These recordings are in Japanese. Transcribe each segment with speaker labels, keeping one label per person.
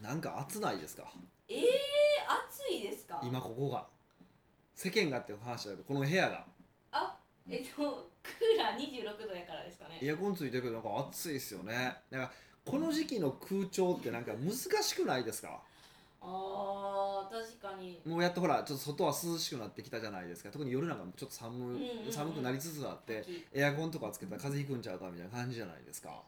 Speaker 1: なんか暑ないですか
Speaker 2: えー、暑いですか
Speaker 1: 今ここが世間がっていう話だけどこの部屋が
Speaker 2: あえっとクーラー26度やからですかね
Speaker 1: エアコンついてるけどなんか暑いですよねなんかこの時期の空調ってなんか難しくないですか
Speaker 2: あー確かに
Speaker 1: もうやっとほらちょっと外は涼しくなってきたじゃないですか特に夜なんかちょっと寒,、
Speaker 2: んうんうん
Speaker 1: 寒くなりつつあってエアコンとかつけたら風邪ひくんちゃうかみたいな感じじゃないですか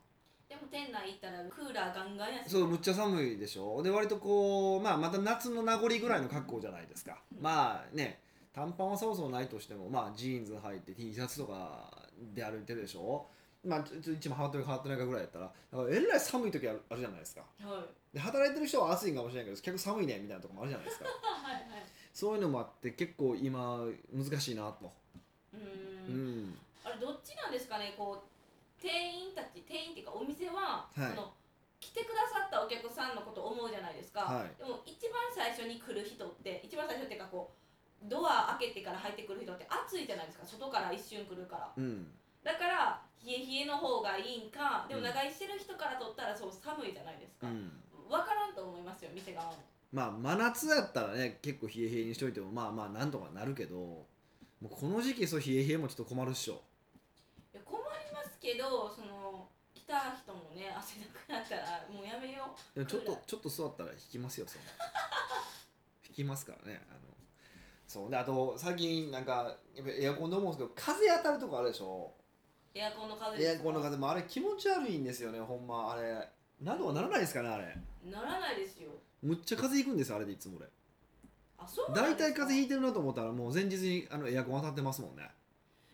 Speaker 2: でも店内行ったらクーラーガンガンやし
Speaker 1: そうむっちゃ寒いでしょで割とこう、まあ、また夏の名残ぐらいの格好じゃないですかまあね短パンはそもそもないとしても、まあ、ジーンズ履いて T シャツとかで歩いてるでしょまあちょちょ一枚羽織ってるか羽織ってないかぐらいやったらだからえらい寒い時あるあるじゃないですか
Speaker 2: はいはい
Speaker 1: で働いてる人は暑いんかもしれないけど結構寒いねみたいなとこもあるじゃないですか
Speaker 2: はい
Speaker 1: そういうのもあって結構今難しいなと
Speaker 2: う
Speaker 1: う
Speaker 2: ーん
Speaker 1: ん
Speaker 2: あれどっちなんですかねこう店員たち店員っていうかお店
Speaker 1: は
Speaker 2: は、
Speaker 1: い
Speaker 2: その来てくださったお客さんのこと思うじゃないですか、
Speaker 1: はい
Speaker 2: でも一番最初に来る人って一番最初っていうかこうドア開けてから入ってくる人って暑いじゃないですか外から一瞬来るから
Speaker 1: うん
Speaker 2: だから冷え冷えの方がいいんかでも長居してる人からとったらそう寒いじゃないです
Speaker 1: う
Speaker 2: か、わ
Speaker 1: ん
Speaker 2: 分からんと思いますよ店側も
Speaker 1: まあ真夏やったらね結構冷え冷えにしといてもまあまあなんとかなるけどもうこの時期そう冷え冷えもちょっと困るっしょ
Speaker 2: いや困りますけどその来た人もね汗なくなったらもうやめよう
Speaker 1: でもちょっ
Speaker 2: そう
Speaker 1: と
Speaker 2: だ
Speaker 1: ちょっと座ったら引きますよそんな 引きますからねあのそうであと最近なんかやっぱエアコンで思うんですけど風当たるとこあるでしょ
Speaker 2: エアコンの風
Speaker 1: エ
Speaker 2: です
Speaker 1: ア
Speaker 2: か
Speaker 1: コンの風もあれ気持ち悪いんですよねほんまあれなんとかならないですかねあれ
Speaker 2: ならないですよ
Speaker 1: むっちゃ風邪ひくんですあれでいつも俺
Speaker 2: あそうな
Speaker 1: 大
Speaker 2: んですか
Speaker 1: 体風邪ひいてるなと思ったらもう前日にあのエアコン当たってますもんね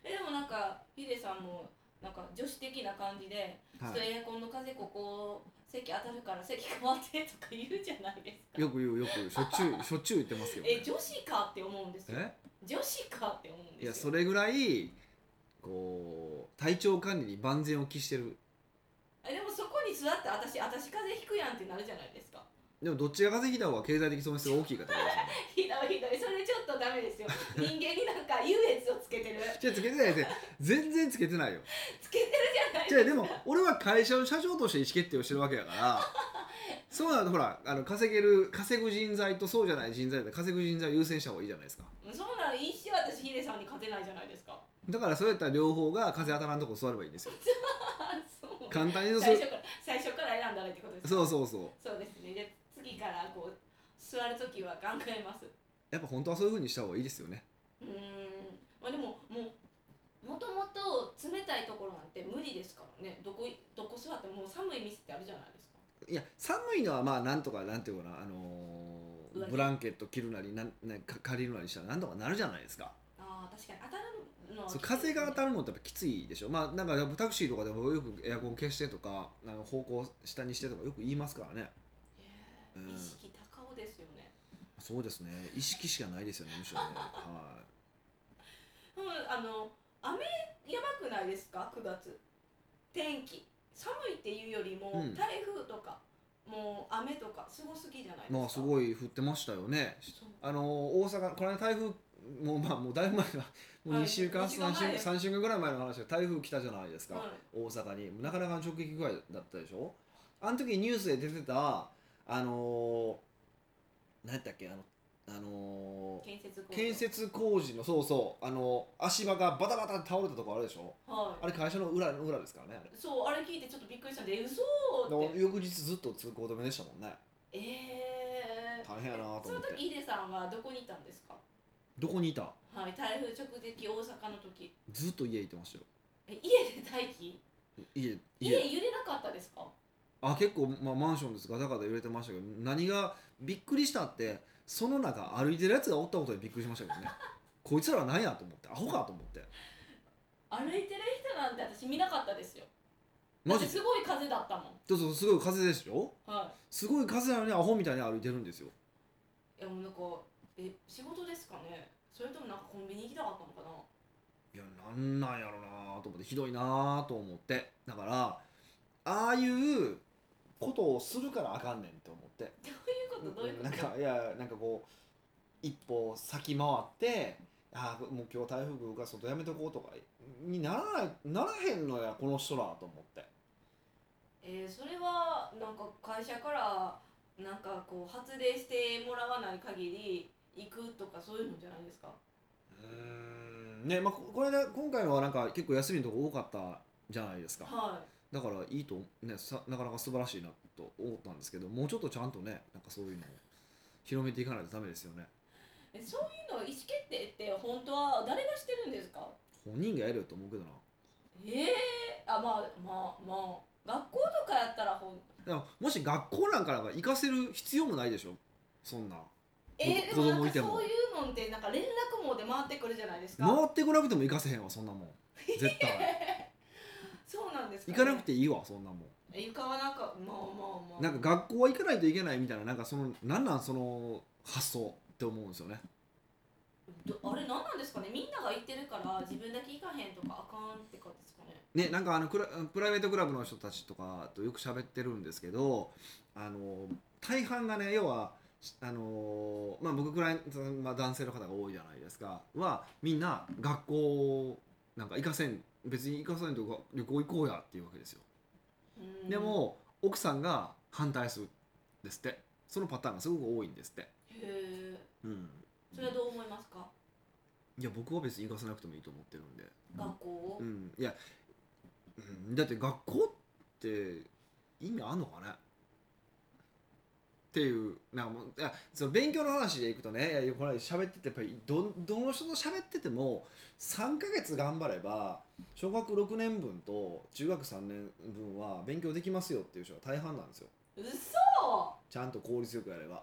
Speaker 2: えでもなんかヒデさんもなんか女子的な感じで、
Speaker 1: は
Speaker 2: ちょっとエアコンの風ここ席当たるから席変わってとか言うじゃないですか
Speaker 1: いよく言うよく言うしょっちゅうしょっちゅう言ってますけど、ね
Speaker 2: え、女子かって思うんですよ
Speaker 1: え
Speaker 2: 女子かって思うんですよ
Speaker 1: いやそれぐらいこう体調管理に万全を期してる
Speaker 2: えでもそこに座って私私風邪ひくやんってなるじゃないですか
Speaker 1: でもどっちが風邪ひいた方が経済的損失が大きいかってことですよね
Speaker 2: ひどいひどいそれちょっとダ メですよ人間になんか優越をつけてる
Speaker 1: じゃあつけてないですね全然つけてないよ
Speaker 2: つけてるじゃない
Speaker 1: じゃあでも俺は会社の社長として意思決定をしてるわけだからそうなるとほらあの稼げる稼ぐ人材とそうじゃない人材で稼ぐ人材を優先した方がいいじゃないですか
Speaker 2: そんなの一生私ヒデさんに勝てないじゃないですか
Speaker 1: だからそうやったら両方が風当たらんとこ座ればいいんですよ
Speaker 2: あそう
Speaker 1: 簡単に言うとそ
Speaker 2: 最
Speaker 1: う
Speaker 2: 初から最初から選んだらってことですか
Speaker 1: そうそうそう
Speaker 2: そうですねで次からこう座るときは考えます
Speaker 1: やっぱ本当はそういう風にした方がいいですよね
Speaker 2: うーんまあでももうもともと冷たいところなんて無理ですからねどこいどこ座ってももう寒い店ってあるじゃないですか
Speaker 1: いや寒いのはまあなんとかなんていうかな、あのー
Speaker 2: 上着
Speaker 1: ブランケット着るなりなんなんか借りるなりしたらなんとかなるじゃないですか
Speaker 2: ああ確かに当たるのは
Speaker 1: そう
Speaker 2: きついですね
Speaker 1: 風が当たるのってやっぱきついでしょまあなんかタクシーとかでもよくエアコン消してとかあの方向下にしてとかよく言いますからねう
Speaker 2: え
Speaker 1: ん
Speaker 2: 意識高尾ですよね。
Speaker 1: そうですね意識しかないですよねむしろねは
Speaker 2: うん、あの雨やばくないですか9月天気寒いっていうよりも、
Speaker 1: うん
Speaker 2: 台風とかもう雨とかすごすぎじゃないです
Speaker 1: い
Speaker 2: か。
Speaker 1: まあすごい降ってましたよね
Speaker 2: そう
Speaker 1: あのー大阪この間台風もうまあもうだいぶ前だもう
Speaker 2: はい
Speaker 1: 2週間
Speaker 2: 二週間
Speaker 1: 3週
Speaker 2: 前
Speaker 1: 間3週間ぐらい前の話で台風来たじゃないですか、
Speaker 2: はい
Speaker 1: 大阪になかなかの直撃具合だったでしょあの時ニュースで出てたあのー、何やったっけあの、あのー
Speaker 2: 建設工事
Speaker 1: 建設工事のそうそうあのー足場がバタバタ倒れたとこあるでしょ
Speaker 2: は
Speaker 1: あ
Speaker 2: い
Speaker 1: れ会社の裏の裏ですからねあれ
Speaker 2: そうあれ聞いてちょっとびっくりしたんで嘘ーっ
Speaker 1: の
Speaker 2: て
Speaker 1: 翌日ずっと通行止めでしたもんね
Speaker 2: ええ
Speaker 1: 大変やなと
Speaker 2: そ
Speaker 1: 思
Speaker 2: の
Speaker 1: って
Speaker 2: 時ヒデさんはどこにいたんですか
Speaker 1: どこにいた
Speaker 2: はい台風直撃大阪の時
Speaker 1: ずっと家いてましたよ
Speaker 2: え家で待機
Speaker 1: 家
Speaker 2: 家揺れなかったですか
Speaker 1: あ結構、まあ、マンションですガタガタ揺れてましたけど何がびっくりしたってその中歩いてるやつがおったことにびっくりしましたけどね こいつらは何やと思ってアホかと思って
Speaker 2: 歩いてる人なんて私見なかったですよだ
Speaker 1: マ
Speaker 2: って
Speaker 1: ジ
Speaker 2: すごい風だったも
Speaker 1: そうそうすごい風でしょ
Speaker 2: んはい
Speaker 1: すごい風なのにアホみたいに歩いてるんですよ
Speaker 2: いやもうなんかえ仕事ですかねそれともなんかコンビニ行きたかったのかない
Speaker 1: やなんなんやろなと思ってひどいなと思ってだからああいうことをするからあかんねんって思って
Speaker 2: どういうことどういうこと
Speaker 1: なんかいやなんかこう一歩先回ってああもう今日台風来るから外やめとこうとかにならないならへんのやこの人らと思って
Speaker 2: えーそれはなんか会社からなんかこう発令してもらわない限り行くとかそういうのじゃないですか
Speaker 1: うーんねまあ、ここれで今回のはなんか結構休みのとこ多かったじゃないですか、
Speaker 2: は
Speaker 1: だからいいと、ね、さなかなか素晴らしいなと思ったんですけどもうちょっとちゃんとねなんかそういうのを広めていかないとダメですよね
Speaker 2: いえそういうの意思決定って本当は誰がしてるんですか
Speaker 1: 本人がやるよと思うけどな
Speaker 2: ええあまあまあまあ学校とかやったらほん
Speaker 1: でももし学校なんかなんか行かせる必要もないでしょそんな
Speaker 2: えー、で
Speaker 1: 子
Speaker 2: もなん
Speaker 1: 供い
Speaker 2: か
Speaker 1: ても
Speaker 2: そういうのってなんか連絡網で回ってくるじゃないですか、
Speaker 1: 回ってこなくても行かせへんわそんなもん絶対
Speaker 2: そうなんです
Speaker 1: 行
Speaker 2: ね
Speaker 1: かなくていいわそんなもん
Speaker 2: え床はなんかまあまあまあ
Speaker 1: なんか学校は行かないといけないみたいななんかそのなんなんその発想って思うんですよね
Speaker 2: どあれ何なんですかねみんなが行ってるから自分だけ行かへんとかあかんってかですかね
Speaker 1: ね、なんかあのクラプライベートクラブの人たちとかとよく喋ってるんですけどあの大半がね要はあの、まあ、僕くらい、そのまあ、男性の方が多いじゃないですかはみんな学校なんか行かせん別に行かせんとこ旅行行こうやっていうわけですよ
Speaker 2: うん
Speaker 1: でも奥さんが反対するんですってそのパターンがすごく多いんですって、
Speaker 2: へえ
Speaker 1: うん、
Speaker 2: それはどう思いますか
Speaker 1: いや僕は別に行かせなくてもいいと思ってるんで
Speaker 2: 学校を
Speaker 1: うん、いや、うん、だって学校って意味あんのかねっていうなんかもういやその勉強の話でいくとねいやこの間喋っててやっぱりどどの人と喋ってても3ヶ月頑張れば小学6年分と中学3年分は勉強できますよっていう人が大半なんですよ
Speaker 2: 嘘
Speaker 1: ちゃんと効率よくやれば。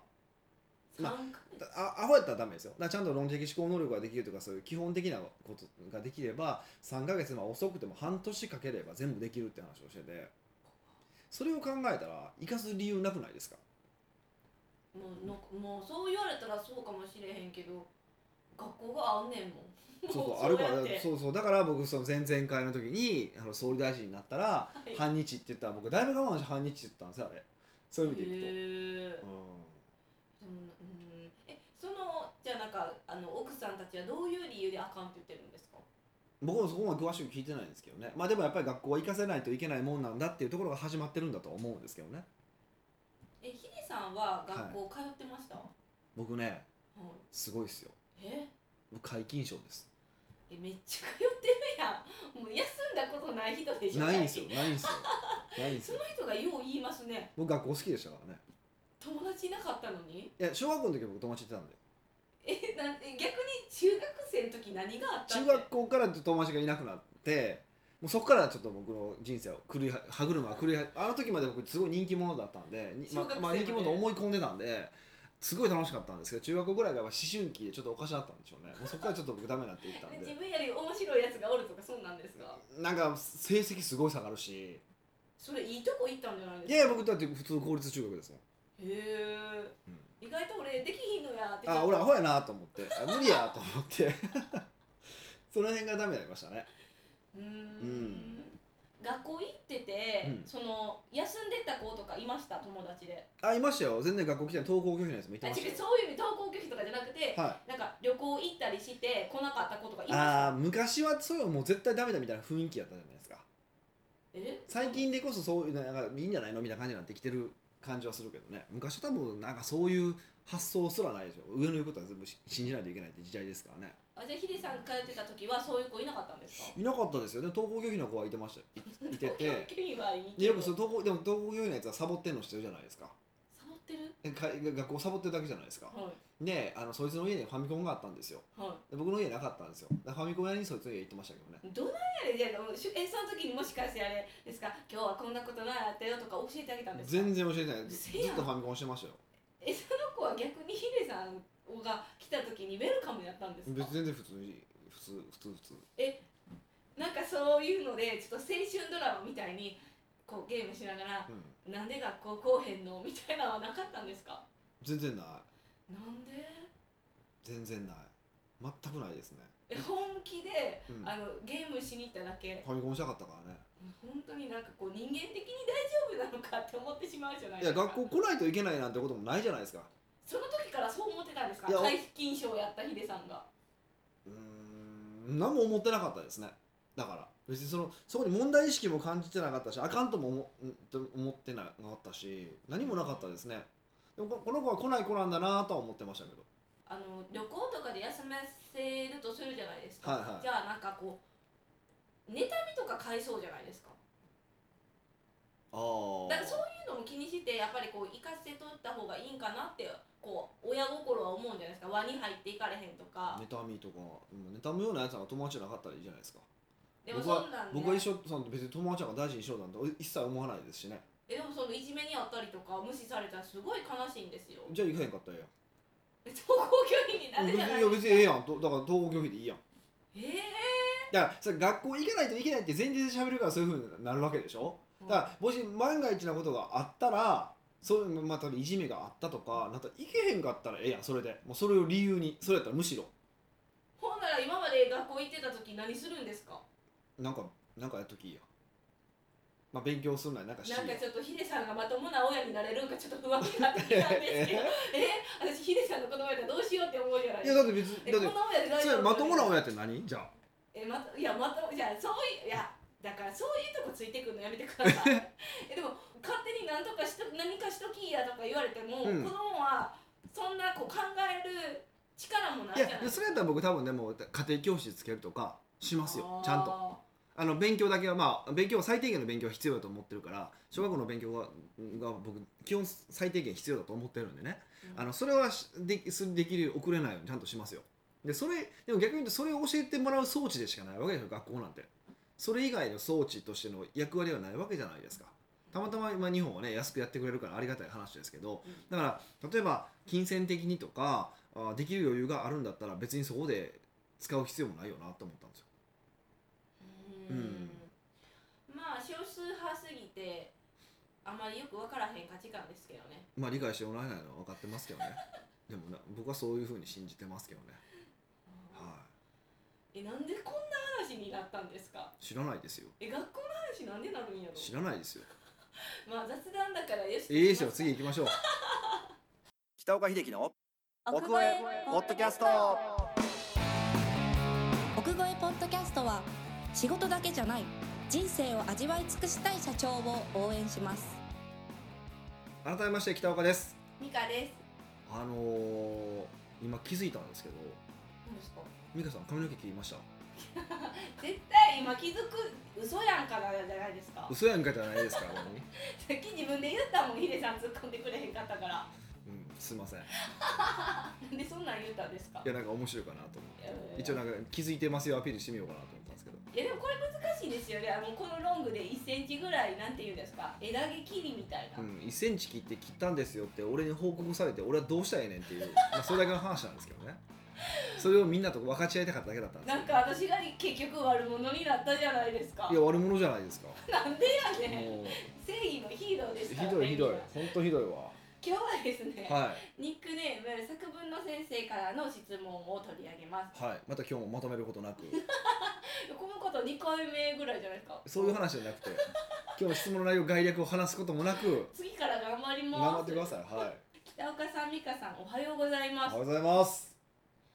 Speaker 1: まあ
Speaker 2: 三ヶ月
Speaker 1: あアホやったらダメですよだからちゃんと論理的思考能力ができるとかそういう基本的なことができれば3ヶ月まあ遅くても半年かければ全部できるって話をしててそれを考えたら生かす理由なくないですか
Speaker 2: もうのもうそう言われたらそうかもしれへんけど学校があんねんもん
Speaker 1: そう
Speaker 2: も
Speaker 1: そううあるから
Speaker 2: やって
Speaker 1: そうそうだから僕その前々回の時にあの総理大臣になったら
Speaker 2: はい
Speaker 1: 半日って言ったら僕だいぶ我慢して半日って言ったんですよあれそういう意味でいく
Speaker 2: へえ
Speaker 1: と、
Speaker 2: でもうんえそのじゃあなんかあの奥さんたちはどういう理由であかんって言ってるんですか
Speaker 1: うん、僕もそこまで詳しく聞いてないんですけどねまあでもやっぱり学校は行かせないといけないもんなんだっていうところが始まってるんだとは思うんですけどね
Speaker 2: えヒデさんは学校通ってました、は
Speaker 1: 僕ね
Speaker 2: い
Speaker 1: すごいですよ
Speaker 2: え
Speaker 1: 皆勤賞です
Speaker 2: えめっちゃ通ってるやんもう休んだことない人でしょ
Speaker 1: ないんですよないんです よないんです
Speaker 2: そ
Speaker 1: よ
Speaker 2: の人がよう言いますね
Speaker 1: 僕学校好きでしたからね
Speaker 2: 友達いなかったのに
Speaker 1: いや小学校の時は僕友達いてたんで
Speaker 2: えなんえ逆に中学生の時何があった
Speaker 1: 中
Speaker 2: って
Speaker 1: 学校から友達がいなくなってもうそこからちょっと僕の人生を狂いは歯車が狂いはあの時まで僕すごい人気者だったんでにま
Speaker 2: 小学生
Speaker 1: ま
Speaker 2: ま
Speaker 1: あ
Speaker 2: で
Speaker 1: 人気者と思い込んでたんですごい楽しかったんですけど中学校ぐらいが思春期でちょっとおかしなったんでしょうねもうそこからちょっと僕ダメになっていったん
Speaker 2: え
Speaker 1: で
Speaker 2: 自分より面白いやつがおるとかそうなんですか
Speaker 1: なんか成績すごい下がるし
Speaker 2: それいいとこ行ったんじゃない
Speaker 1: い
Speaker 2: です
Speaker 1: やい
Speaker 2: か
Speaker 1: や僕だって普通公立中学ですもん
Speaker 2: へえ
Speaker 1: うん
Speaker 2: 意外と俺できひんのやって
Speaker 1: あ俺アホやなと思ってあ無理やと思って その辺がダメになりましたね
Speaker 2: うーん
Speaker 1: ん
Speaker 2: 学校行ってて、
Speaker 1: うん
Speaker 2: その休んでた子とかいました友達で
Speaker 1: あいましたよ全然学校来てない登校拒否のやつもい
Speaker 2: あ
Speaker 1: て
Speaker 2: 違
Speaker 1: ま
Speaker 2: うそうい
Speaker 1: したよ
Speaker 2: う意味登校拒否とかじゃなくて
Speaker 1: は
Speaker 2: なんか旅行行ったりして来なかった子とかい
Speaker 1: い、
Speaker 2: ました
Speaker 1: あー昔はそういうのもう絶対ダメだみたいな雰囲気やったじゃないですか
Speaker 2: え
Speaker 1: 最近でこそそういうのなんかいいんじゃないのみたいな感じになってきてる感じはするけどね昔は多分なんかそういう発想すらないでしょ上の言うことは全部し信じないといけないって時代ですからね
Speaker 2: あじゃあヒデさんが通ってた時はそういう子いなかったんですか
Speaker 1: いなかったですよね登校拒否の子はいてましたよいいてて
Speaker 2: 君はいいけど
Speaker 1: でよくその登校でも登校拒否のやつはサボってんのしてるじゃないですか
Speaker 2: サボってる
Speaker 1: えか学校サボってるだけじゃないですか
Speaker 2: は
Speaker 1: であのそいつの家にファミコンがあったんですよ
Speaker 2: いは
Speaker 1: で僕の家なかったんですよだからファミコン屋にそいつの家行ってましたけどね
Speaker 2: いどないやねんじゃあしゅえその時にもしかしてあれですか今日はこんなことないあったよとか教えてあげたんですか
Speaker 1: 全然教えてないず
Speaker 2: せやん
Speaker 1: ずっとファミコンしてましたよ
Speaker 2: えその子は逆にヒデさんが来た時にウェルカムやったんです
Speaker 1: 別
Speaker 2: か
Speaker 1: に全然普通に普通普通普通
Speaker 2: なんかそういうのでちょっと青春ドラマみたいにこうゲームしながら
Speaker 1: うん
Speaker 2: なんで学校来おへんのみたいなのはなかったんですか
Speaker 1: 全然ない
Speaker 2: なんで
Speaker 1: 全然ない全くないですね、
Speaker 2: え本気で
Speaker 1: うん、フ
Speaker 2: あのゲームしに行っただけ
Speaker 1: ァミコンしたかったからね
Speaker 2: 本当になんかこう人間的に大丈夫なのかって思ってしまうじゃない
Speaker 1: い
Speaker 2: で
Speaker 1: や
Speaker 2: すか
Speaker 1: 学校来ないといけないなんてこともないじゃないですか
Speaker 2: その時からそう思ってたんですか
Speaker 1: いや
Speaker 2: 皆勤賞をやったヒデさんが
Speaker 1: うーん何も思ってなかったですねだから別にそのそこに問題意識も感じてなかったしあかんとも思んと思ってなかったし何もなかったですねでもここの子は来ない子なんだなとは思ってましたけど
Speaker 2: あの旅行とかで休ませるとするじゃないですか、
Speaker 1: はいはい
Speaker 2: じゃあなんかこう妬みとか買いそうじゃないですか
Speaker 1: あ
Speaker 2: だからそういうのも気にしてやっぱりこう行かせとった方がいいんかなってこう親心は思うんじゃないですか輪に入っていかれへんとか
Speaker 1: 妬みとかうん妬むようなやつが友達じゃなかったらいいじゃないですか
Speaker 2: でも
Speaker 1: 僕は
Speaker 2: そんなんね
Speaker 1: 僕は一緒その別に友達なんか大事にしようなんて一切思わないですしね
Speaker 2: えでもそのいじめにあったりとか無視されたらすごい悲しいんですよ
Speaker 1: じゃあ行かへんかったらえ
Speaker 2: 登校拒否になる
Speaker 1: え
Speaker 2: じ
Speaker 1: や
Speaker 2: ゃ
Speaker 1: ん
Speaker 2: ない
Speaker 1: いや別にええやんとだから統合拒否でいいやん
Speaker 2: え
Speaker 1: だからそれ学校行かないといけないって前提で喋るからそういうふうになるわけでしょ
Speaker 2: え
Speaker 1: だからもし万が一なことがあったらそういうまあ多分いじめがあったとかなんか行けへんかったらええやんそれでもうそれを理由にそれやったらむしろ
Speaker 2: ほんなら今まで学校行ってた時何するんですか
Speaker 1: なんかなんかやっときいいやまあ勉強するなりなんかして
Speaker 2: なんかちょっとヒデさんがまともな親になれるんかちょっと不安になってきたんです けどえ私ヒデさんの子供やったらどうしようって思うじゃない
Speaker 1: い
Speaker 2: で
Speaker 1: や
Speaker 2: す
Speaker 1: だ
Speaker 2: か
Speaker 1: って別
Speaker 2: え
Speaker 1: にだ
Speaker 2: こんな
Speaker 1: って
Speaker 2: 親で大
Speaker 1: そ
Speaker 2: 丈
Speaker 1: れ
Speaker 2: 夫
Speaker 1: まともな親って何じゃあ
Speaker 2: えまといやまともじゃあそういういやだからそういうとこついてくるのやめてくださ いえでも勝手に何とかしと何かしときやとか言われても、
Speaker 1: うん
Speaker 2: 子供はそんなこう考える力もない
Speaker 1: い
Speaker 2: じゃない
Speaker 1: やそれやったら僕多分でも家庭教師つけるとかしますよちゃんと
Speaker 2: と
Speaker 1: あの勉強だけはまあ勉強は最低限の勉強は必要だと思ってるから小学校の勉強がが僕基本最低限必要だと思ってるんでね、
Speaker 2: うん
Speaker 1: あのそれはしできすできる遅れないようにちゃんとしますよでそれでも逆に言うとそれを教えてもらう装置でしかないわけでしょ学校なんてそれ以外の装置としての役割はないわけじゃないですかたまたま今日本はね安くやってくれるからありがたい話ですけど
Speaker 2: うん
Speaker 1: だから例えば金銭的にとかあできる余裕があるんだったら別にそこで使う必要もないよなと思ったんですよ
Speaker 2: うんまあ少数派すぎてあまりよく分からへん価値観ですけどね
Speaker 1: まあ理解してもらえないのは分かってますけどねでもな僕はそういうふうに信じてますけどね、は
Speaker 2: えなんでこんな話になったんですか
Speaker 1: い、知らないですよ
Speaker 2: え学校の話なんでなるんやろ
Speaker 1: 知らないですよ
Speaker 2: まあ雑談だからよし
Speaker 1: ええでしょ次行きましょう北岡秀樹の
Speaker 3: 奥越えポッドキャスト奥越えポッドキャストは仕事だけじゃない人生を味わい尽くしたい社長を応援します
Speaker 1: 改めまして北岡です
Speaker 2: ミカです
Speaker 1: あのー、今気づいたんですけど
Speaker 2: 何ですか
Speaker 1: 美香さん髪の毛切りました
Speaker 2: 絶対今気づく嘘やんからじゃないですか
Speaker 1: 嘘やんかじゃないですから、 ほんまに
Speaker 2: さっき自分で言ったもんヒデさん突っ込んでくれへんかったから
Speaker 1: うん、すいませんい
Speaker 2: なんでそんなん言ったんですか
Speaker 1: やなんか面白いかなと思
Speaker 2: いやいやい
Speaker 1: っ
Speaker 2: や
Speaker 1: て一応なんか気づいてますよアピールしてみようかなと思ったんですけど
Speaker 2: いやでもこれ難しいですよねあのこのロングで1センチぐらいなんて言うんですか枝毛切りみたいな、
Speaker 1: うん、1センチ切って切ったんですよって俺に報告されて俺はどうしたらええねんっていう、まあ、それだけの話なんですけどねそれをみんなと分かち合いたかっただけだったんで
Speaker 2: なんか私が結局悪者になったじゃないですか
Speaker 1: すいや悪者じゃない ですか
Speaker 2: なんでやねん
Speaker 1: もう
Speaker 2: 正義のヒーローですか
Speaker 1: ひ
Speaker 2: ら
Speaker 1: どいひどい
Speaker 2: みんな
Speaker 1: 本当ひどいわ
Speaker 2: 今日はですね、
Speaker 1: は
Speaker 2: ニックネーム作文の先生からの質問を取り上げます
Speaker 1: い、はい、また今日もまとめることなく
Speaker 2: このこと2回目ぐらいじゃないですか
Speaker 1: そういう話じゃな くて今日の質問の内容概略を話すこともなく
Speaker 2: 次から頑張り
Speaker 1: 頑
Speaker 2: ます
Speaker 1: 張ってくださいはい
Speaker 2: 北岡さん美香さんおはようござい
Speaker 1: お
Speaker 2: ま
Speaker 1: は
Speaker 2: す
Speaker 1: ようございます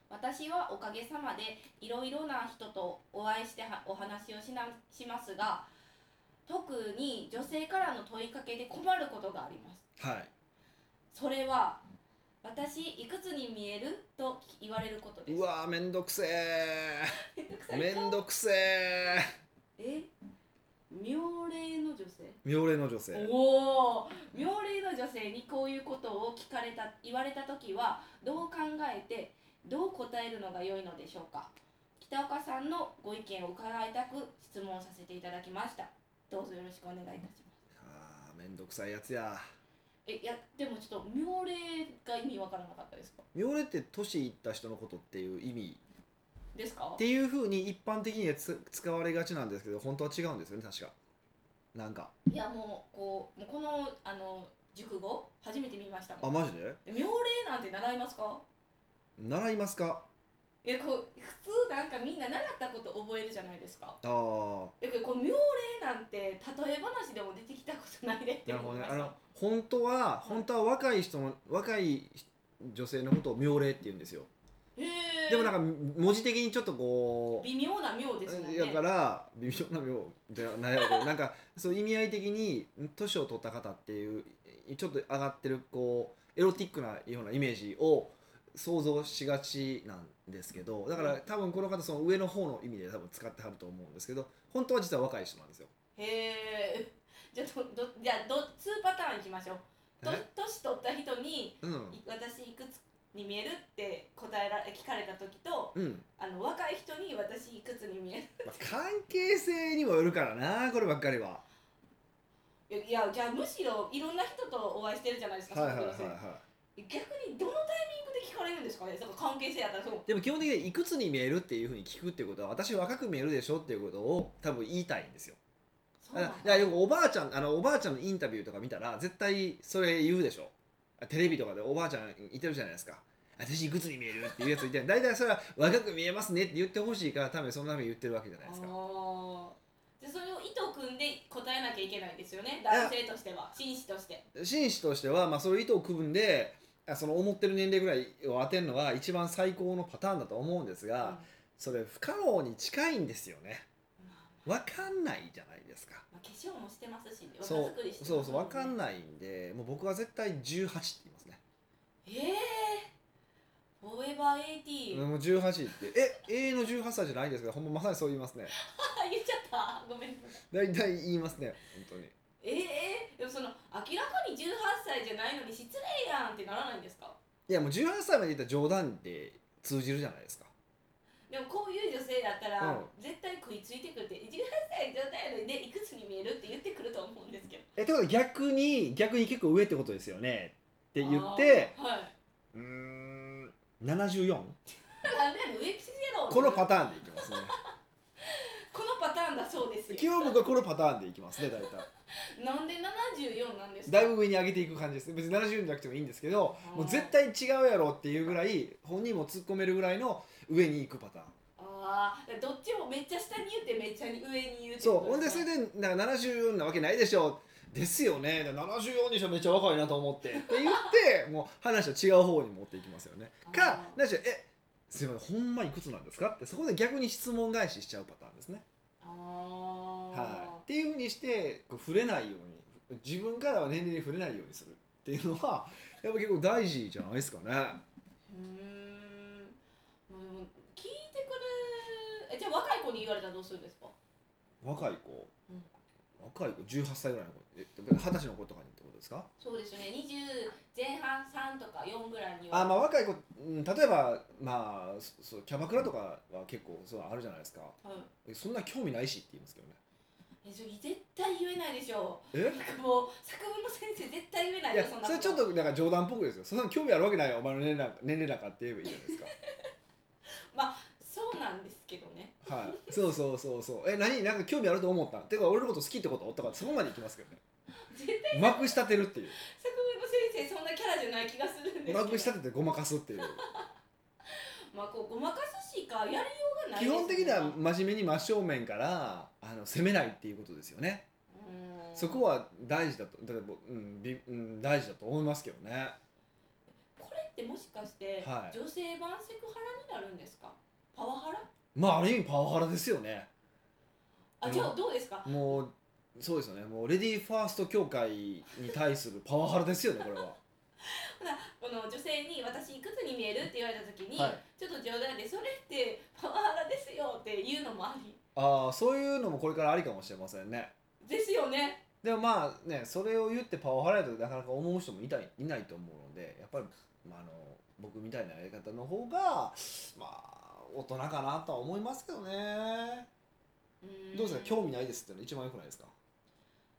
Speaker 2: 私はおかげさまでいろいろな人とお会いしてはお話をしなしますが特に女性からの問いかけで困ることがあります
Speaker 1: はい
Speaker 2: それは私いくつに見えると言われることです
Speaker 1: う わーめんどくせえ
Speaker 2: めんどくさい
Speaker 1: めんどくせえ
Speaker 2: え妙齢の女性
Speaker 1: 妙齢の女性
Speaker 2: おお妙齢の女性にこういうことを聞かれた言われた時はどう考えてどう答えるのが良いのでしょうか北岡さんのご意見を伺いたく質問させていただきましたどうぞよろしくお願いいたします
Speaker 1: あーめんどくさいやつや
Speaker 2: えいやでもちょっと妙齢が意味わからなかったですか
Speaker 1: 妙齢って年いった人のことっていう意味
Speaker 2: ですか
Speaker 1: っていうふうに一般的にはつ使われがちなんですけど本当は違うんですよね確かなんか
Speaker 2: いやもうこうもうこのあの熟語初めて見ました
Speaker 1: あ
Speaker 2: もん
Speaker 1: マジで
Speaker 2: 妙齢なんて習いますか
Speaker 1: 習いますか
Speaker 2: えこう普通なんかみんな習ったこと覚えるじゃないですか
Speaker 1: ああ
Speaker 2: えこれ妙齢なんて例え話でも出てきたことないでって
Speaker 1: なる
Speaker 2: 思
Speaker 1: ほ
Speaker 2: い
Speaker 1: どね
Speaker 2: ま
Speaker 1: あ
Speaker 2: した
Speaker 1: の本当は本当は若い人の若い女性のことを妙齢って言うんですよ
Speaker 2: へえ
Speaker 1: でもなんか文字的にちょっとこう
Speaker 2: 微妙な妙ですもんね
Speaker 1: だから微妙な妙じゃないわけどなんかそう意味合い的に年を取った方っていうちょっと上がってるこうエロティックなようなイメージを想像しがちなんですけどだから多分この方その上の方の意味で多分使ってはると思うんですけど本当は実は若い人なんですよ。
Speaker 2: へえじゃあどどじゃあど2パターンいきましょうと
Speaker 1: え
Speaker 2: 年取った人に
Speaker 1: うん
Speaker 2: い私いくつに見えるって答えら聞かれた時と
Speaker 1: うん
Speaker 2: あの若い人に私いくつに見え
Speaker 1: まあ関係性にもよるからなこればっかりは。
Speaker 2: るいやいやじゃあむしろいろんな人とお会いしてるじゃないですか
Speaker 1: はいはいはい
Speaker 2: 職業性
Speaker 1: は
Speaker 2: 逆にどのタイミングで聞かれるんですかねその関係性やったらそう
Speaker 1: い、でも基本的にいくつに見えるっていうふうに聞くっていうことは私若く見えるでしょっていうことを多分言いたいんですよ。
Speaker 2: そ
Speaker 1: だ
Speaker 2: うなん
Speaker 1: か
Speaker 2: だ
Speaker 1: らよくおばあちゃんあのおばあちゃんのインタビューとか見たら絶対それ言うでしょテレビとかでおばあちゃんいてるじゃないですか私いくつに見えるっていうやついて大体それは若く見えますねって言ってほしいから多分そんなふうに言ってるわけじゃないですか
Speaker 2: あーでそれを意図組んで答えなきゃいけないですよね男性としては紳士として
Speaker 1: 紳士としては、まあ、そういう意図を組んであその思ってる年齢ぐらいを当てるのが一番最高のパターンだと思うんですが、
Speaker 2: うん
Speaker 1: それ不可能に近いんですよね
Speaker 2: ま
Speaker 1: 分かんないじゃないですか
Speaker 2: あ化粧もしてますし若
Speaker 1: そう
Speaker 2: 作りしてます
Speaker 1: そうそう分かん
Speaker 2: ない
Speaker 1: ないんでもう僕は絶対18って言いますね
Speaker 2: ええー、フォーエバー80、
Speaker 1: もう18ってえ永遠の18歳じゃないんですけどほんままさにそう言いますね
Speaker 2: あ言っちゃったごめんな
Speaker 1: 大
Speaker 2: さい
Speaker 1: 体言いますね本
Speaker 2: ええー、でもその明らかに18歳じゃないのに失礼やんってならないんですか
Speaker 1: 当にいやもう18歳まで言ったら冗談って通じるじゃないですか
Speaker 2: でもこういう女性だったら、
Speaker 1: うん
Speaker 2: 絶対食いついてくるって18歳じゃないのにねいくつに見えるって言ってくると思うんですけど
Speaker 1: えってことは逆に逆に結構上ってことですよねって言っ
Speaker 2: あ
Speaker 1: て
Speaker 2: ーはいう
Speaker 1: ーん 74?
Speaker 2: なんでやねん植木先生の
Speaker 1: このパターンでいき ますね
Speaker 2: このパターンだそうです
Speaker 1: 基
Speaker 2: よ。
Speaker 1: 本僕はこのパターンでいきますね大体
Speaker 2: なんで74なんですか
Speaker 1: だいぶ上に上げていく感じです別に70じゃなくてもいいんですけどもう絶対違うやろっていうぐらい本人も突っ込めるぐらいの上に行くパターン
Speaker 2: ああ、どっちもめっちゃ下に言ってめっちゃ上に言うって
Speaker 1: そう
Speaker 2: こと
Speaker 1: ほんで
Speaker 2: か
Speaker 1: それでなんか74なわけないでしょですよねで74にしてはめっちゃ若いなと思ってって言って もう話を違う方に持っていきますよねか
Speaker 2: あー
Speaker 1: 何しろえすいませんほんまいくつなんですかってそこで逆に質問返ししちゃうパターンですね、
Speaker 2: あー
Speaker 1: はい、っていうふうにしてこう触れないように自分からは年齢に触れないようにするっていうのはやっぱ結構大事じゃないですかね
Speaker 2: うーんもう聞いてくるえじゃあ若い子に言われたらどうするんですか
Speaker 1: 若い子、
Speaker 2: うん
Speaker 1: 若い子18歳ぐらいの子え二十歳の子とかにってことですか
Speaker 2: そうですよね20前半3とか4ぐらいに
Speaker 1: あ
Speaker 2: は
Speaker 1: まあ若い子、うん、例えばまあそそうキャバクラとかは結構そうあるじゃないですか
Speaker 2: うん
Speaker 1: えそんな興味ないしって言いますけどね
Speaker 2: えそれ絶対言えないでしょ
Speaker 1: え
Speaker 2: もう作文の先生絶対言えない
Speaker 1: い
Speaker 2: よ
Speaker 1: や
Speaker 2: そんな
Speaker 1: それちょっとなんか冗談っぽくですよそんな興味あるわけないよお前の年齢なんか年齢なんか って言えばいいじゃないです
Speaker 2: そうなんですけどね
Speaker 1: かはいそうそうそうそうえ何なんか興味あると思ったてか俺のこと好きってこととかそこまでいきますけどね
Speaker 2: 絶対
Speaker 1: まくしたてるってい
Speaker 2: 作文の先生そんなキャラじゃない気がするんですけ
Speaker 1: う
Speaker 2: ど
Speaker 1: まくしたててごまかす っていう
Speaker 2: まあこうごまかすしかやりようがない
Speaker 1: 基
Speaker 2: です
Speaker 1: 本的には
Speaker 2: う
Speaker 1: 真面目に真正面からあの責めないっていうことですよね
Speaker 2: ーん
Speaker 1: そこは大事だとだから僕うんびうん、大事だと思いますけどね
Speaker 2: これってもしかして、
Speaker 1: はい
Speaker 2: 女性版セクハラになるんですかパワハラ
Speaker 1: まあある意味パワハラですよね
Speaker 2: あ
Speaker 1: うん
Speaker 2: じゃあどうですか
Speaker 1: もうそうですよねもうレディーファースト協会に対するパ ワハラですよねこれは
Speaker 2: この女性に「私いくつに見える?」って言われた時に、
Speaker 1: はい
Speaker 2: ちょっと冗談で「それってパワハラですよ」って言うのもあり
Speaker 1: ああそういうのもこれからありかもしれませんね
Speaker 2: ですよね
Speaker 1: でもまあねそれを言ってパワハラやとなかなか思う人もいたいいないと思うのでやっぱり、まあ、あの僕みたいなやり方の方がまあ大人かなとは思いますけどね
Speaker 2: うーん
Speaker 1: どうですか興味ないですっていうの一番良くないですか、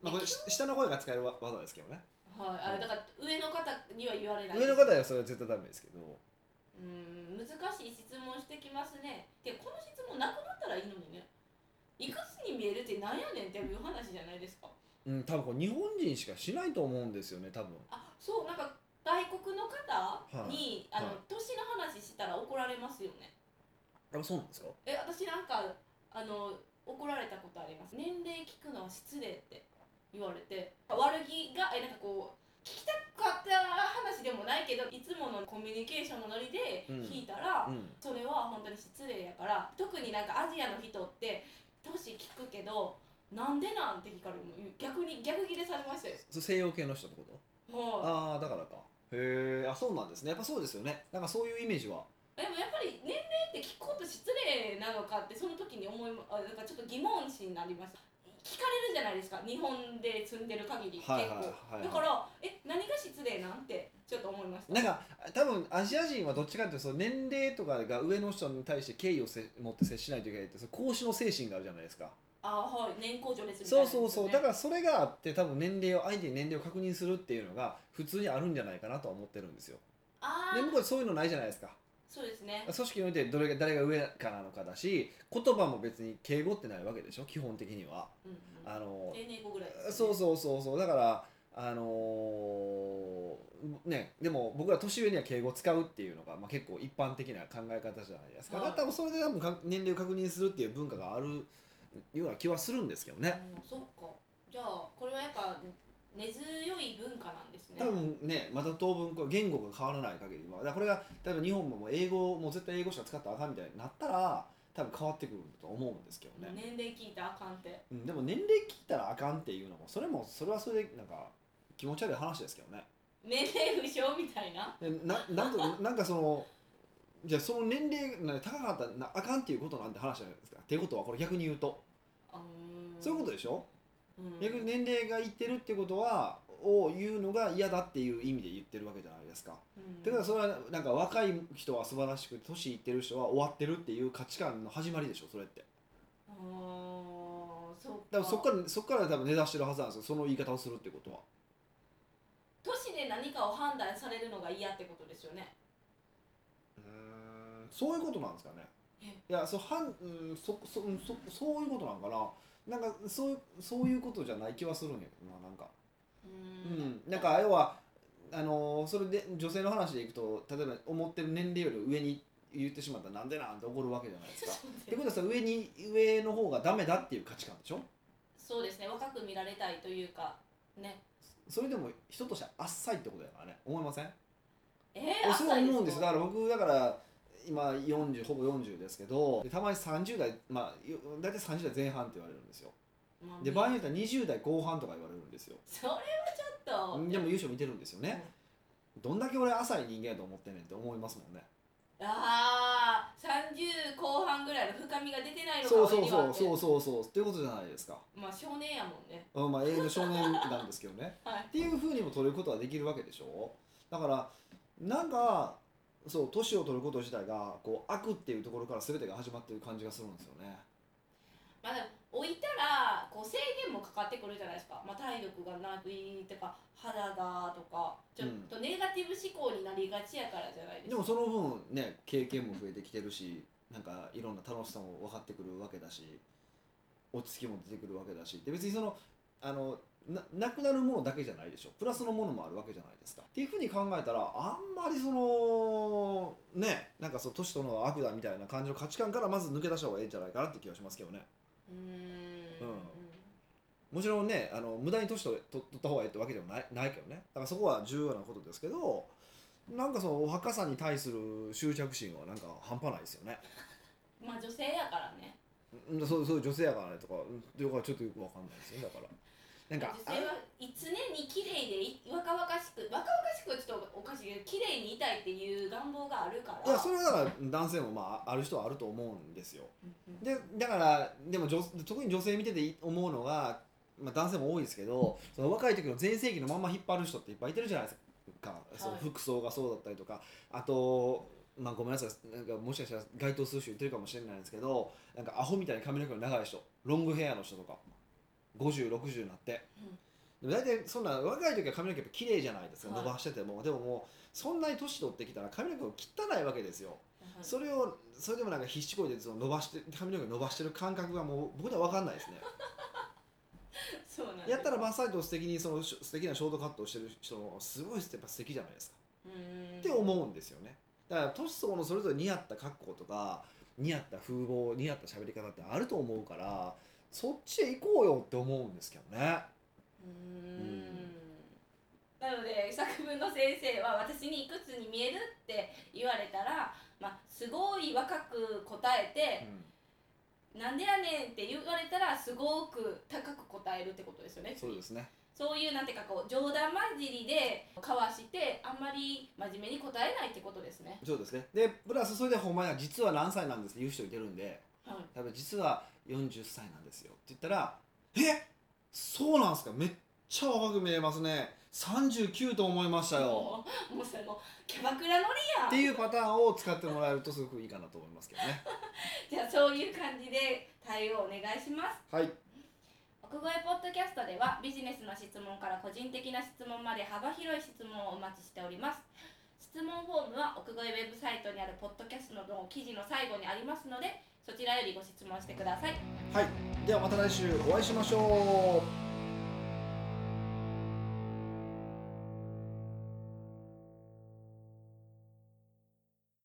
Speaker 1: まあ、これし下の声が使えるわ技ですけどね
Speaker 2: はいあだから上の方には言われない
Speaker 1: 上の方はそれは絶対ダメですけど
Speaker 2: うーん難しい質問してきますねでこの質問なくなったらいいのにねいくつに見えるってなんやねんっていう話じゃないですか
Speaker 1: うん、多分これ日本人しかしないと思うんですよね多分
Speaker 2: あそうなんか外国の方に、
Speaker 1: はい
Speaker 2: あの、
Speaker 1: はい
Speaker 2: 年の話したら怒られますよね
Speaker 1: あそうなんですか
Speaker 2: え私なんかあの怒られたことあります年齢聞くのは失礼って言われて悪気がえなんかこう聞きたかった話でもないけどいつものコミュニケーションのノリで
Speaker 1: うん
Speaker 2: 聞いたら、
Speaker 1: うん
Speaker 2: それは本当に失礼やから特になんかアジアの人って年聞くけどなんでなんって聞かれるの逆に逆ギレされましたよ
Speaker 1: そ西洋系の人ってこと
Speaker 2: もう
Speaker 1: ああだからかへえあそうなんですねやっぱそうですよねなんかそういうイメージは
Speaker 2: でもやっぱり年齢って聞くこと失礼なのかってその時に思いまあなんかちょっと疑問視になりました聞かれるじゃないですか日本で住んでる限り結構、
Speaker 1: はいはいはいはい
Speaker 2: だからえ何が失礼なんてちょっと思いました
Speaker 1: なんか多分アジア人はどっちかっていうとその年齢とかが上の人に対して敬意をせ持って接しないといけないってその講師の精神があるじゃないですか
Speaker 2: あはい年功序列みたい
Speaker 1: そ
Speaker 2: な、
Speaker 1: うそうそうだからそれがあって多分年齢を相手に年齢を確認するっていうのが普通にあるんじゃないかなとは思ってるんですよ
Speaker 2: あ
Speaker 1: で向
Speaker 2: あ
Speaker 1: こうそういうのないじゃないですか
Speaker 2: そうですね
Speaker 1: 組織においてどれが誰が上かなのかだし言葉も別に敬語ってないわけでしょ基本的には
Speaker 2: うんうん
Speaker 1: あの
Speaker 2: 定年後ぐらいですね、
Speaker 1: そうそうそうそうだからあのーねでも僕ら年上には敬語使うっていうのが、まあ、結構一般的な考え方じゃないですか、
Speaker 2: は
Speaker 1: だ
Speaker 2: い
Speaker 1: から多分それで多分か年齢を確認するっていう文化があるような気はするんですけどね
Speaker 2: うんそっかじゃあこれはやっぱ根強い文化なんですね
Speaker 1: 多分ねまた当分こう言語が変わらない限りはだからこれが例えば日本ももう英語もう絶対英語しか使ったらあかんみたいになったら多分変わってくると思うんですけどね、
Speaker 2: 年齢聞いたらあかんって
Speaker 1: うん、でも年齢聞いたらあかんっていうのもそれもそれはそれでなんか気持ち悪い話ですけどね
Speaker 2: 年齢不詳みたいな
Speaker 1: でななんとなんかそのじゃあその年齢が高かったらなあかんっていうことなんて話じゃないですかっていうことはこれ逆に言うと
Speaker 2: あー
Speaker 1: そういうことでしょ、
Speaker 2: うん
Speaker 1: 逆に年齢がいってるってことはを言うのが嫌だっていう意味で言ってるわけじゃないですか、
Speaker 2: うん
Speaker 1: だからそれはなんか若い人は素晴らしくて年いってる人は終わってるっていう価値観の始まりでしょそれって
Speaker 2: あーそっか
Speaker 1: だからそっからそっから多分根ざしてるはずなんですよその言い方をするってことは
Speaker 2: 都市で何かを判断されるのが嫌ってことですよね
Speaker 1: うーんそういうことなんですかね
Speaker 2: え
Speaker 1: いやそうはん、うん、そそうんそそういうことなんかななんかそうそういうことじゃない気はするんやけどななんか、
Speaker 2: う
Speaker 1: うん、なんか要はあのーそれで女性の話でいくと例えば思ってる年齢より上に言ってしまったらなんでなんて怒るわけじゃないですかってことはさ上に上の方がダメだっていう価値観でしょ
Speaker 2: そうですね若く見られたいというかね
Speaker 1: それでも人としてはあっさいってことやからね思いません
Speaker 2: え
Speaker 1: 俺
Speaker 2: ー、
Speaker 1: そう思うんですよだ
Speaker 2: あ
Speaker 1: から僕だから今40ほぼ40ですけどでたまに30代まあよ大体30代前半って言われるんですよで場合によっては20代後半とか言われるんですよ
Speaker 2: それはちょっと
Speaker 1: でも優勝見てるんですよね、どんだけ俺浅い人間やと思ってんねんって思いますもんね
Speaker 2: ああ30後半ぐらいの深みが出てないのか
Speaker 1: そうそう
Speaker 2: 俺には
Speaker 1: そう
Speaker 2: って
Speaker 1: そうそうそうっていうことじゃないですか
Speaker 2: まあ少年やもんね
Speaker 1: うんまあ英語少年なんですけどね
Speaker 2: はい
Speaker 1: っていうふうにも取ることはできるわけでしょだからなんかそう年を取ること自体がこう悪っていうところから全てが始まってる感じがするんですよね
Speaker 2: まあでも置いたらこう制限もかかってくるじゃないですか、まあ、体力がないとか肌がとかちょっとネガティブ思考になりがちやからじゃないです
Speaker 1: で
Speaker 2: か、
Speaker 1: もその分ね経験も増えてきてるしなんかいろんな楽しさも分かってくるわけだし落ち着きも出てくるわけだしで別にそのあのななくなるものだけじゃないでしょプラスのものもあるわけじゃないですか。っていうふうに考えたらあんまりそのねなんかそう年との悪だみたいな感じの価値観からまず抜け出した方がいいんじゃないかなって気がしますけどね。
Speaker 2: うーん
Speaker 1: もちろんねあの無駄に年取れ取取った方がいいってわけでもないないけどねだからそこは重要なことですけどなんかそのお若さに対する執着心はなんか半端ないですよね
Speaker 2: まあ女性やからね
Speaker 1: うんそうそういう女性やからねとかうんというかちょっとよくわかんないですよだから
Speaker 2: 女
Speaker 1: なんか
Speaker 2: 性はい常に綺麗でい若々しく若々しくはちょっとおかしいけど綺麗にいたいっていう願望があるから
Speaker 1: あいやそれはだから男性もまあある人はあると思うんですよ
Speaker 2: うんうん
Speaker 1: でだからでも女特に女性見ててい思うのが、まあ、男性も多いですけどその若い時の全盛期のまんま引っ張る人っていっぱいいてるじゃないですか、その
Speaker 2: はい
Speaker 1: 服装がそうだったりとかあと、まあ、ごめんなさいなんかもしかしたら該当する人言ってるかもしれないんですけどなんかアホみたいに髪の毛の長い人ロングヘアの人とか5060になって。でも大体そんな若い時は髪の毛やっぱ綺麗じゃないですか、
Speaker 2: はい
Speaker 1: 伸ばしててもでももうそんなに年取ってきたら髪の毛も汚いわけですよ、
Speaker 2: はい
Speaker 1: それをそれでもなんか必死こいでその伸ばして髪の毛伸ばしてる感覚がもう僕には分かんないですね
Speaker 2: そうなんです
Speaker 1: やったらバッサリと素敵にそのし素敵なショートカットをしてる人もすごいやっぱ素敵じゃないですか、
Speaker 2: うーん
Speaker 1: って思うんですよねだから年相応のそれぞれ似合った格好とか似合った風貌似合った喋り方ってあると思うからそっちへ行こうよって思うんですけどね
Speaker 2: うーんなので作文の先生は私にいくつに見えるって言われたら、まあ、すごい若く答えて、なんでやねんって言われたらすごく高く答えるってことですよね
Speaker 1: そうですね
Speaker 2: そそういうなんていうかこう冗談交じりで交わしてあんまり真面目に答えないってことですね
Speaker 1: そうですねでプラスそれでほんまに実は何歳なんですって言う人いてるんで
Speaker 2: はい
Speaker 1: 例えば実は40歳なんですよって言ったら「えそうなんですかめっちゃ若く見えますね39と思いましたよ」
Speaker 2: もうもうそれもうキャバクラ乗りやん
Speaker 1: っていうパターンを使ってもらえるとすごくいいかなと思いますけどね。
Speaker 2: じゃあそういう感じで対応お願いします
Speaker 1: はい、
Speaker 2: 奥越ポッドキャストではビジネスの質問から個人的な質問まで幅広い質問をお待ちしております質問フォームは奥越ウェブサイトにあるポッドキャストの記事の最後にありますのでそちらよりご質問してください
Speaker 1: はい、ではまた来週お会いしましょう。